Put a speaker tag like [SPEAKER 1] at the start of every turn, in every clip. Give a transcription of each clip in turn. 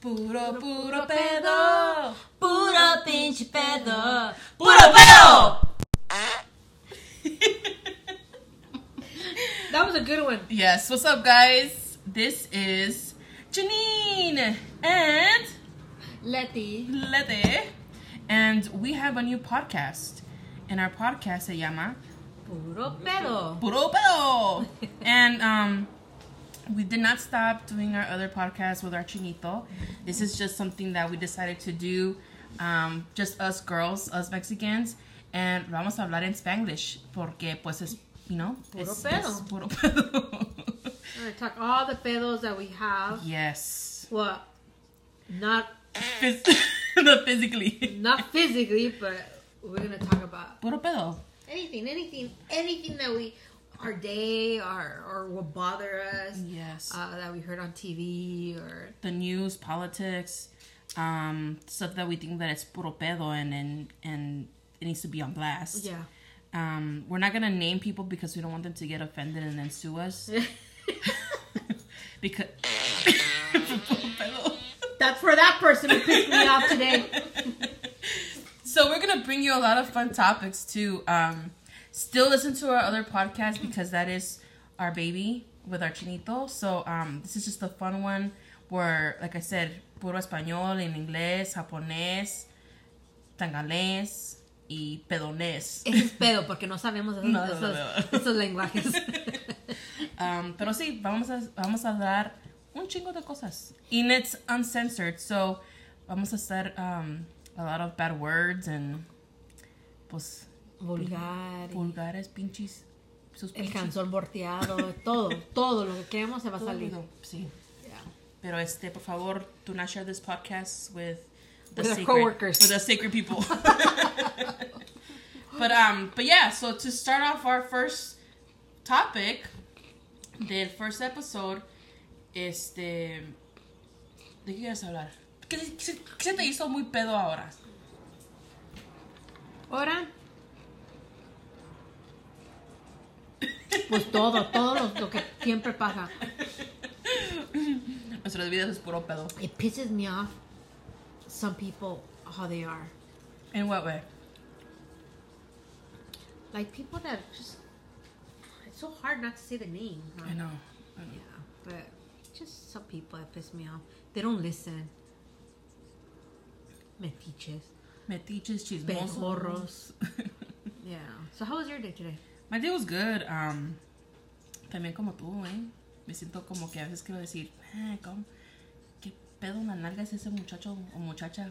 [SPEAKER 1] Puro, puro pedo.
[SPEAKER 2] Puro pinche pedo. Puro pedo.
[SPEAKER 3] That was a good one.
[SPEAKER 1] Yes, what's up, guys? This is Janine and
[SPEAKER 3] Letty.
[SPEAKER 1] Lete. And we have a new podcast. And our podcast se llama
[SPEAKER 2] Puro pedo.
[SPEAKER 1] Puro Pedo. and um, we did not stop doing our other podcast with our chinito. This is just something that we decided to do, um, just us girls, us Mexicans, and vamos a hablar en Spanglish porque pues es, you know,
[SPEAKER 3] Puro
[SPEAKER 1] es-
[SPEAKER 3] pedo.
[SPEAKER 1] es puro pedo.
[SPEAKER 3] We're gonna talk all the pedos that we have.
[SPEAKER 1] yes,
[SPEAKER 3] Well, not
[SPEAKER 1] Phys- the physically.
[SPEAKER 3] not physically, but we're gonna talk about
[SPEAKER 1] Puro pedo.
[SPEAKER 3] anything, anything, anything that we, our day, our or will bother us.
[SPEAKER 1] Yes.
[SPEAKER 3] Uh, that we heard on TV or
[SPEAKER 1] the news, politics, um, stuff that we think that it's puro pedo and and and it needs to be on blast.
[SPEAKER 3] yeah.
[SPEAKER 1] Um, we're not gonna name people because we don't want them to get offended and then sue us. because
[SPEAKER 3] That's for that person who pissed me off today.
[SPEAKER 1] so we're gonna bring you a lot of fun topics too. Um, still listen to our other podcast because that is our baby with our chinito. So um, this is just a fun one where, like I said, puro español, en inglés, japonés, tangalés y pedonés.
[SPEAKER 3] Ese es pedo porque no sabemos esos,
[SPEAKER 1] No, no,
[SPEAKER 3] esos,
[SPEAKER 1] no.
[SPEAKER 3] esos lenguajes.
[SPEAKER 1] Um, pero sí, vamos a, vamos a hablar un chingo de cosas. And it's uncensored, so vamos a hacer um, a lot of bad words and pues
[SPEAKER 3] Vulgar. y
[SPEAKER 1] vulgares, pinches, sus
[SPEAKER 3] El
[SPEAKER 1] pinches.
[SPEAKER 3] canzón volteado, todo, todo lo que queremos se va a
[SPEAKER 1] Todo
[SPEAKER 3] salir.
[SPEAKER 1] ruido, Sí.
[SPEAKER 3] Yeah.
[SPEAKER 1] Pero este, por favor, do not share this podcast with the
[SPEAKER 3] With our
[SPEAKER 1] sacred,
[SPEAKER 3] coworkers.
[SPEAKER 1] with the sacred people. but um, but yeah. So to start off our first topic, the first episode, este, ¿de qué quieres hablar? ¿Qué, qué- qué se te hizo muy pedo ahora?
[SPEAKER 3] Ahora, pues todo, todo lo, lo que siempre pasa.
[SPEAKER 1] Nuestros videos es puro pedo.
[SPEAKER 3] It pisses me off some people how they are.
[SPEAKER 1] In what way?
[SPEAKER 3] Like people that just, it's so hard not to say the name. huh?
[SPEAKER 1] I know.
[SPEAKER 3] Yeah, but just some people that piss me off. They don't listen. Metiches.
[SPEAKER 1] Metiches, chismosos.
[SPEAKER 3] Yeah. So how was your day today?
[SPEAKER 1] My day was good. Um, también como tú, ¿eh? Me siento como que a veces quiero decir, "Ah, ¿cómo- ¿qué pedo en la nalga es ese muchacho o muchacha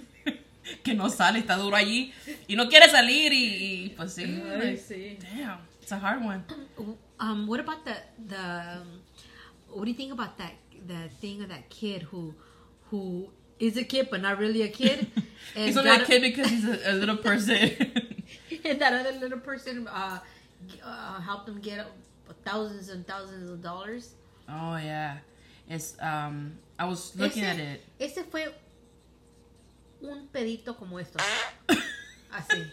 [SPEAKER 1] que no sale, está duro allí y no quiere salir y, y pues sí. like, Damn, it's a hard one.
[SPEAKER 3] Um, what about the the? um, What do you think about that the thing of that kid who who is a kid but not really a kid? and
[SPEAKER 1] he's only
[SPEAKER 3] got
[SPEAKER 1] a kid because he's a, a little person.
[SPEAKER 3] And that other little person uh, g- uh, helped him get thousands and thousands of dollars.
[SPEAKER 1] oh yeah, it's um. I was looking
[SPEAKER 3] ese,
[SPEAKER 1] at it.
[SPEAKER 3] Ese fue un pedito como esto. Así.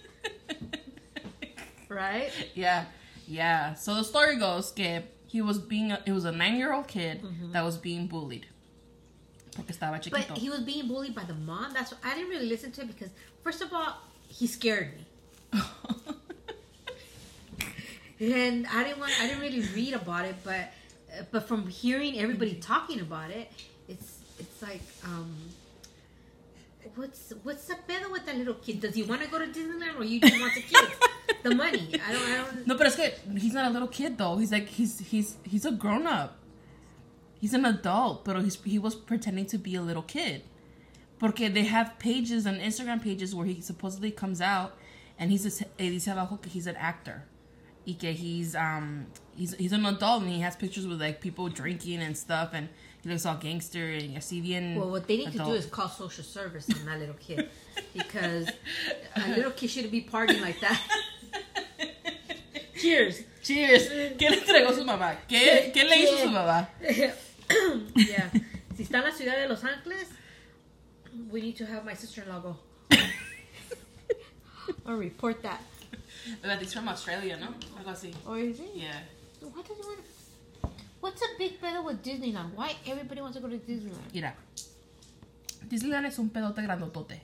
[SPEAKER 3] Right?
[SPEAKER 1] Yeah, yeah. So the story goes que he was being a, it was a nine year old kid that was being bullied porque estaba
[SPEAKER 3] Mm-hmm. But
[SPEAKER 1] chiquito.
[SPEAKER 3] he was being bullied by the mom. That's I didn't really listen to it because first of all, he scared me. and I didn't want I didn't really read about it, but uh, but from hearing everybody talking about it, it's it's like um what's what's the better with that little kid? Does he want to go to Disneyland or you just want the kids? the money. I don't I don't
[SPEAKER 1] no, pero es que he's not a little kid though. He's like he's he's he's a grown up. He's an adult, but he's, he was pretending to be a little kid. Porque they have pages on Instagram pages where he supposedly comes out and he's a, eh, dice abajo que he's an actor. y que he's um he's he's an adult and he has pictures with like people drinking and stuff and he looks all gangster and así bien
[SPEAKER 3] well, what they need to
[SPEAKER 1] adult.
[SPEAKER 3] do is call social service on that little kid because a little kid shouldn't be partying like that. Cheers.
[SPEAKER 1] cheers qué le entregó su mamá qué qué le hizo su mamá
[SPEAKER 3] yeah. Si está en la ciudad de Los Ángeles, we need to have my sister-in-law go. Or report that.
[SPEAKER 1] but he's from Australia no algo así
[SPEAKER 3] Or Oh, is it?
[SPEAKER 1] yeah
[SPEAKER 3] What does he want? What's a big brother with Disneyland? Why everybody wants to go to Disneyland?
[SPEAKER 1] mira Disneyland es un pedote grandotote.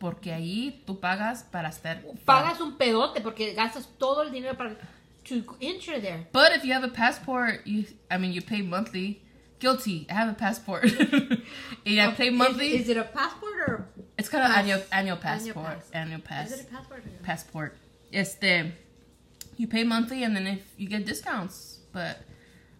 [SPEAKER 1] Porque ahí tú pagas para estar.
[SPEAKER 3] Pagas un pedote porque gastas todo el dinero para to enter there.
[SPEAKER 1] But if you have a passport, you I mean you pay monthly. Guilty. I have a passport. and I pay monthly.
[SPEAKER 3] Is, is it a passport or
[SPEAKER 1] it's kind of
[SPEAKER 3] pass-
[SPEAKER 1] annual annual
[SPEAKER 3] annual
[SPEAKER 1] passport.
[SPEAKER 3] pass.
[SPEAKER 1] Annual pass.
[SPEAKER 3] is it a passport? Or
[SPEAKER 1] passport. Este, you pay monthly and then if you get discounts, but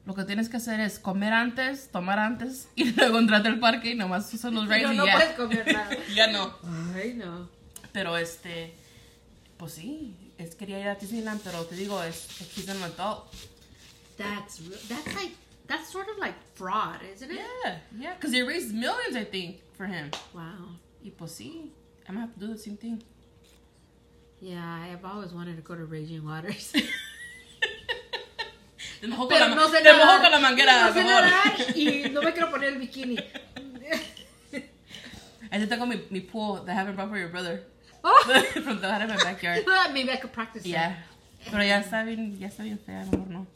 [SPEAKER 1] lo que tienes que hacer es comer antes, tomar antes y luego entrar al parque y nomás usar los rides
[SPEAKER 3] no,
[SPEAKER 1] y
[SPEAKER 3] no
[SPEAKER 1] ya.
[SPEAKER 3] puedes comer nada.
[SPEAKER 1] ya no.
[SPEAKER 3] Ay no.
[SPEAKER 1] Pero este, pues sí, es quería ir a Disneyland, pero te digo, es que he's an adult.
[SPEAKER 3] That's re- that's like that's sort of like fraud, isn't it?
[SPEAKER 1] Yeah, yeah, because they raised millions, I think, for him.
[SPEAKER 3] Wow.
[SPEAKER 1] Y pues sí, I'm gonna have to do the same thing.
[SPEAKER 3] Yeah, I've always wanted to go to Raging Waters.
[SPEAKER 1] Te mojo con
[SPEAKER 3] Pero
[SPEAKER 1] la-
[SPEAKER 3] no sé
[SPEAKER 1] te
[SPEAKER 3] nadar.
[SPEAKER 1] mojo con la manguera,
[SPEAKER 3] No sé
[SPEAKER 1] mejor.
[SPEAKER 3] nadar y no me quiero poner el bikini.
[SPEAKER 1] Ahí tengo mi, mi pool that I haven't brought for your brother
[SPEAKER 3] Oh,
[SPEAKER 1] from the out of my backyard.
[SPEAKER 3] maybe I could practice. that.
[SPEAKER 1] Yeah. Pero ya está bien, ya está bien fea, a lo mejor no.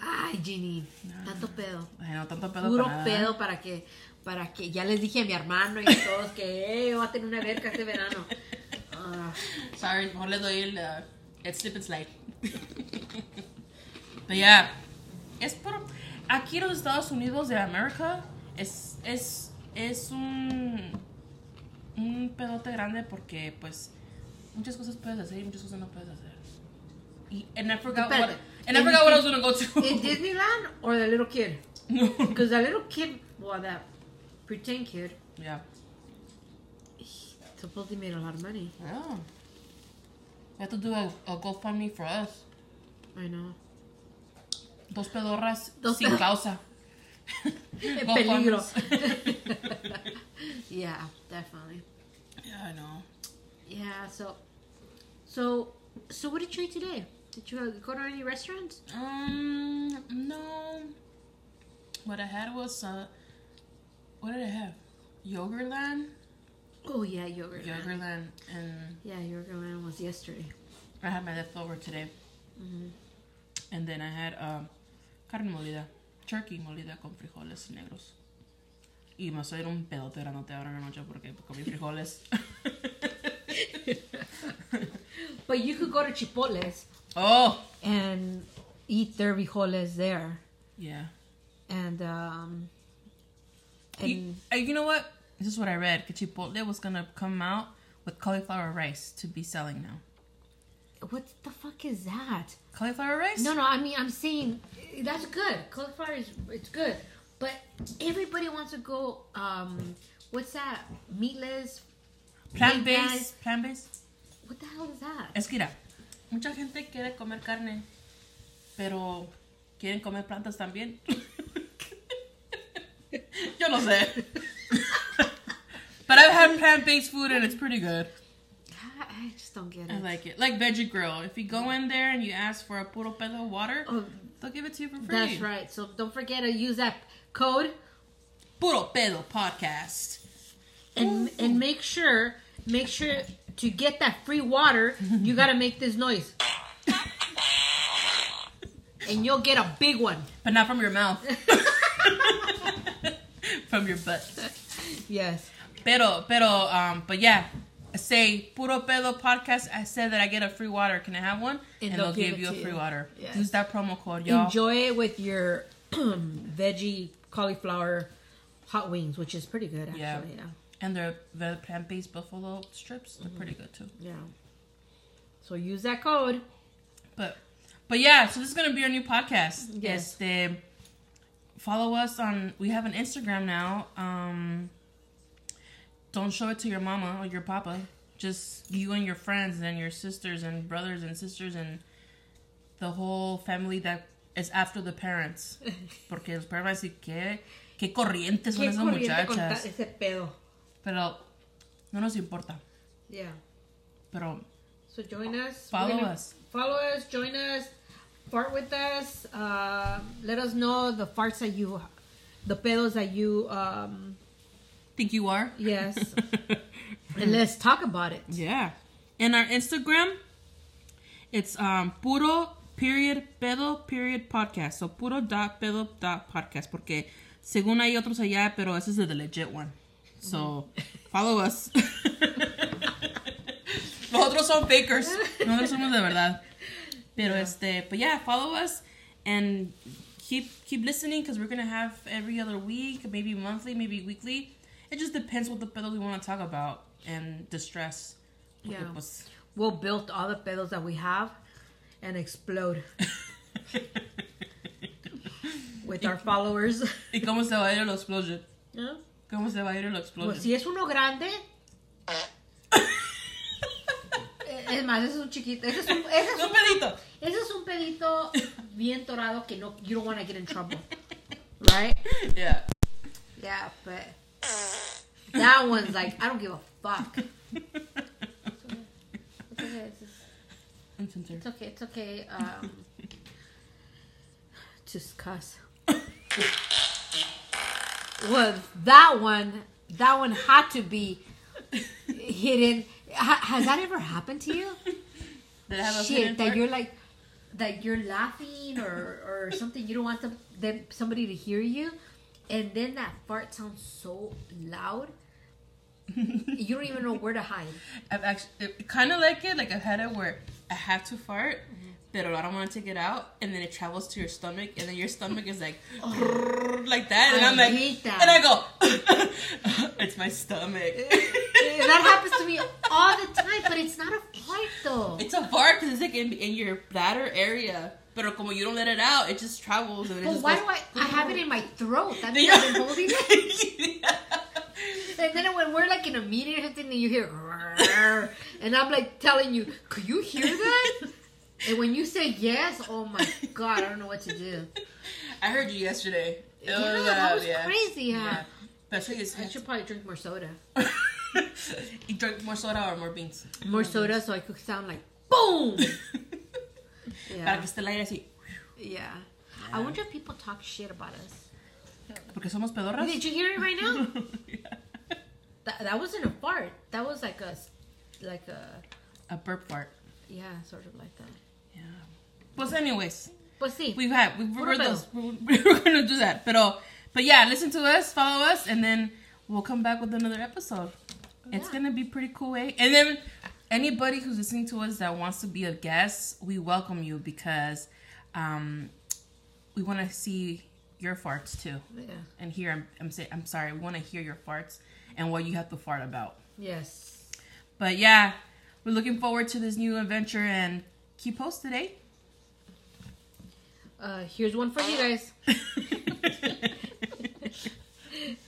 [SPEAKER 3] Ay, Ginny, tanto pedo.
[SPEAKER 1] Ay, no, tanto pedo
[SPEAKER 3] Puro
[SPEAKER 1] para nada.
[SPEAKER 3] pedo para que, para que, ya les dije a mi hermano y a todos que eh, yo voy a tener una verga este verano. Ah,
[SPEAKER 1] Sorry, mejor le doy el, uh, el slip and slide. Pero ya, es por... Aquí en los Estados Unidos de América es, es, es un, un pedote grande porque, pues, muchas cosas puedes hacer y muchas cosas no puedes hacer. Y, and I forgot what...
[SPEAKER 3] Espérate.
[SPEAKER 1] And I forgot what I was gonna go to.
[SPEAKER 3] ¿In Disneyland or the little kid?
[SPEAKER 1] No.
[SPEAKER 3] Because the little kid, well, that pretend kid,
[SPEAKER 1] Yeah.
[SPEAKER 3] he supposedly made a lot of money.
[SPEAKER 1] Oh. We have to do a, a GoFundMe for us.
[SPEAKER 3] I know.
[SPEAKER 1] Dos pedorras
[SPEAKER 3] Dos
[SPEAKER 1] sin
[SPEAKER 3] pedo-
[SPEAKER 1] causa.
[SPEAKER 3] En
[SPEAKER 1] Go
[SPEAKER 3] peligro.
[SPEAKER 1] Farmers.
[SPEAKER 3] yeah, definitely.
[SPEAKER 1] yeah, I know.
[SPEAKER 3] Yeah, so, so, so what did you eat today? Did you uh, go to any restaurants?
[SPEAKER 1] Um, no. What I had was uh, what did I have? Yogurtland,
[SPEAKER 3] Oh, yeah, yogurt. Land.
[SPEAKER 1] Yogurtland, and
[SPEAKER 3] Yeah, yogurt land was yesterday.
[SPEAKER 1] I had my leftover today.
[SPEAKER 3] Mm-hmm.
[SPEAKER 1] And then I had um, carne molida, turkey molida con frijoles negros. Y me soy un pedote grandote ahora en la noche porque comí frijoles.
[SPEAKER 3] But you could go to Chipotle's
[SPEAKER 1] oh,
[SPEAKER 3] and eat their frijoles there.
[SPEAKER 1] yeah.
[SPEAKER 3] And, um, and
[SPEAKER 1] You, uh, you know what? This is what I read. Que Chipotle was gonna come out with cauliflower rice to be selling now.
[SPEAKER 3] what the fuck is that?
[SPEAKER 1] Cauliflower rice?
[SPEAKER 3] No, no, I mean, I'm saying that's good. Cauliflower is it's good, but everybody wants to go. Um, what's that? Meatless?
[SPEAKER 1] Plant
[SPEAKER 3] Rice.
[SPEAKER 1] based. Plant based.
[SPEAKER 3] What the hell is that?
[SPEAKER 1] Es que mira, mucha gente quiere comer carne, pero quieren comer plantas también. Yo no sé. but I've had plant based food and it's pretty good.
[SPEAKER 3] I I just don't get
[SPEAKER 1] I
[SPEAKER 3] it.
[SPEAKER 1] like it. Like Veggie Grill. If you go in there and you ask for a puro pedo water,
[SPEAKER 3] Oh,
[SPEAKER 1] they'll give it to you for free.
[SPEAKER 3] that's right. So don't forget to use that code
[SPEAKER 1] Puro pedo podcast.
[SPEAKER 3] and and make sure make sure to get that free water. You gotta make this noise, and you'll get a big one.
[SPEAKER 1] But not from your mouth. from your butt.
[SPEAKER 3] Yes.
[SPEAKER 1] Pero, pero, um, but yeah. Say Puro Pedo podcast. I said that I get a free water. Can I have one? And, they'll, give,
[SPEAKER 3] it
[SPEAKER 1] you a
[SPEAKER 3] to
[SPEAKER 1] free
[SPEAKER 3] you.
[SPEAKER 1] water.
[SPEAKER 3] Yes.
[SPEAKER 1] Use that promo code, y'all.
[SPEAKER 3] Enjoy it with your veggie cauliflower hot wings, which is pretty good actually.
[SPEAKER 1] Yeah.
[SPEAKER 3] Yeah. Yeah.
[SPEAKER 1] And they're the plant based buffalo strips. They're pretty
[SPEAKER 3] Mm.
[SPEAKER 1] good too.
[SPEAKER 3] So use that code.
[SPEAKER 1] But, but yeah. So this is gonna be our new podcast.
[SPEAKER 3] Yes.
[SPEAKER 1] Este, follow us on. We have an Instagram now. Um, don't show it to your mama or your papa. Just you and your friends and your sisters and brothers and sisters and the whole family that is after the parents. Porque los padres van a decir que qué corrientes son
[SPEAKER 3] Qué
[SPEAKER 1] esas
[SPEAKER 3] corriente con ta-
[SPEAKER 1] muchachas.
[SPEAKER 3] ese pedo.
[SPEAKER 1] Pero no nos importa.
[SPEAKER 3] Yeah.
[SPEAKER 1] Pero
[SPEAKER 3] So join us. We're
[SPEAKER 1] follow
[SPEAKER 3] gonna-
[SPEAKER 1] us.
[SPEAKER 3] Follow us, join us, fart with us. Uh, let us know the farts that you, the pedos that you, um,
[SPEAKER 1] Think you are?
[SPEAKER 3] yes. and let's talk about it.
[SPEAKER 1] Yeah. And our Instagram, it's um puro period pedo period podcast. So puro dot pedo dot podcast. Porque según hay otros allá, pero ese es the legit one. So Follow us. Nosotros son fakers. Nosotros somos de verdad. Pero este, but yeah, follow us and keep keep listening because we're gonna have every other week, maybe monthly, maybe weekly. It just depends what the pedo we want to talk about and the stress.
[SPEAKER 3] Yeah.
[SPEAKER 1] Porque, pues,
[SPEAKER 3] We'll build all the pedos that we have and explode with our followers.
[SPEAKER 1] ¿Y cómo se va a ir el explosion?
[SPEAKER 3] ¿No?
[SPEAKER 1] ¿Cómo se va a ir el explosion?
[SPEAKER 3] Pues si es uno grande, eh, es más, ese es un chiquito. Ese es un, ese es
[SPEAKER 1] ¡Un
[SPEAKER 3] un,
[SPEAKER 1] pedito!
[SPEAKER 3] ese es un pedito bien torado que no, you don't want to get in trouble. Right?
[SPEAKER 1] Yeah.
[SPEAKER 3] Yeah, but that one's like, I don't give a fuck. It's okay, it's,
[SPEAKER 1] Uncensored.
[SPEAKER 3] it's okay, it's okay. Um, just cuss. Well, that one, that one had to be hidden. Ha- has that ever happened to you?
[SPEAKER 1] Did I have a
[SPEAKER 3] Shit,
[SPEAKER 1] hidden
[SPEAKER 3] that
[SPEAKER 1] part?
[SPEAKER 3] you're like, that you're laughing or or something. You don't want them, them somebody to hear you, and then that fart sounds so loud. You don't even know where to hide.
[SPEAKER 1] I've actually kind of like it. Like I've had it where I have to fart,
[SPEAKER 3] Mm-hmm.
[SPEAKER 1] but I don't want to take it out, and then it travels to your stomach, and then your stomach is like
[SPEAKER 3] Oh.
[SPEAKER 1] like that, and
[SPEAKER 3] I
[SPEAKER 1] I'm like,
[SPEAKER 3] hate that.
[SPEAKER 1] and I go, it's my stomach.
[SPEAKER 3] Eh, that happens to me all the time, but it's not a fart though.
[SPEAKER 1] It's a fart because it's like in, in your bladder area, pero como you don't let it out, it just travels and it
[SPEAKER 3] But
[SPEAKER 1] just
[SPEAKER 3] why
[SPEAKER 1] goes-
[SPEAKER 3] do I? I have it in my throat. That means
[SPEAKER 1] Yeah.
[SPEAKER 3] I've been holding it. And then when we're like in a meeting or something, and you hear, "Rrrr," and I'm like telling you, could you hear that? And when you say yes, oh my god, I don't know what to do.
[SPEAKER 1] I heard you yesterday. It
[SPEAKER 3] Yeah,
[SPEAKER 1] was
[SPEAKER 3] that
[SPEAKER 1] loud,
[SPEAKER 3] was
[SPEAKER 1] Oh, yeah.
[SPEAKER 3] crazy, huh?
[SPEAKER 1] Yeah. Mm-hmm. But I think it's-
[SPEAKER 3] I should probably drink more soda.
[SPEAKER 1] you drink more soda or more beans.
[SPEAKER 3] More soda so I could sound like boom.
[SPEAKER 1] Para
[SPEAKER 3] Yeah.
[SPEAKER 1] que esté el aire así.
[SPEAKER 3] yeah. I wonder if people talk shit about us.
[SPEAKER 1] Porque somos pedorras.
[SPEAKER 3] Did you hear it right now?
[SPEAKER 1] Yeah.
[SPEAKER 3] That, that wasn't a fart. That was like a, s- like a,
[SPEAKER 1] A burp fart.
[SPEAKER 3] yeah, sort of like that.
[SPEAKER 1] Yeah. But anyways,
[SPEAKER 3] But see,
[SPEAKER 1] we've had we've
[SPEAKER 3] What
[SPEAKER 1] we're,
[SPEAKER 3] about-
[SPEAKER 1] those, we're, we're gonna do that. But but yeah, listen to us, follow us, and then we'll come back with another episode. It's
[SPEAKER 3] Oh, Yeah.
[SPEAKER 1] gonna be pretty cool, eh? And then anybody who's listening to us that wants to be a guest, we welcome you because um, we want to see your farts too.
[SPEAKER 3] yeah.
[SPEAKER 1] And here I'm I'm saying I'm sorry. We want to hear your farts and what you have to fart about.
[SPEAKER 3] Yes.
[SPEAKER 1] But yeah, we're looking forward to this new adventure and keep posted,
[SPEAKER 3] Uh, here's one for you guys.
[SPEAKER 1] eh?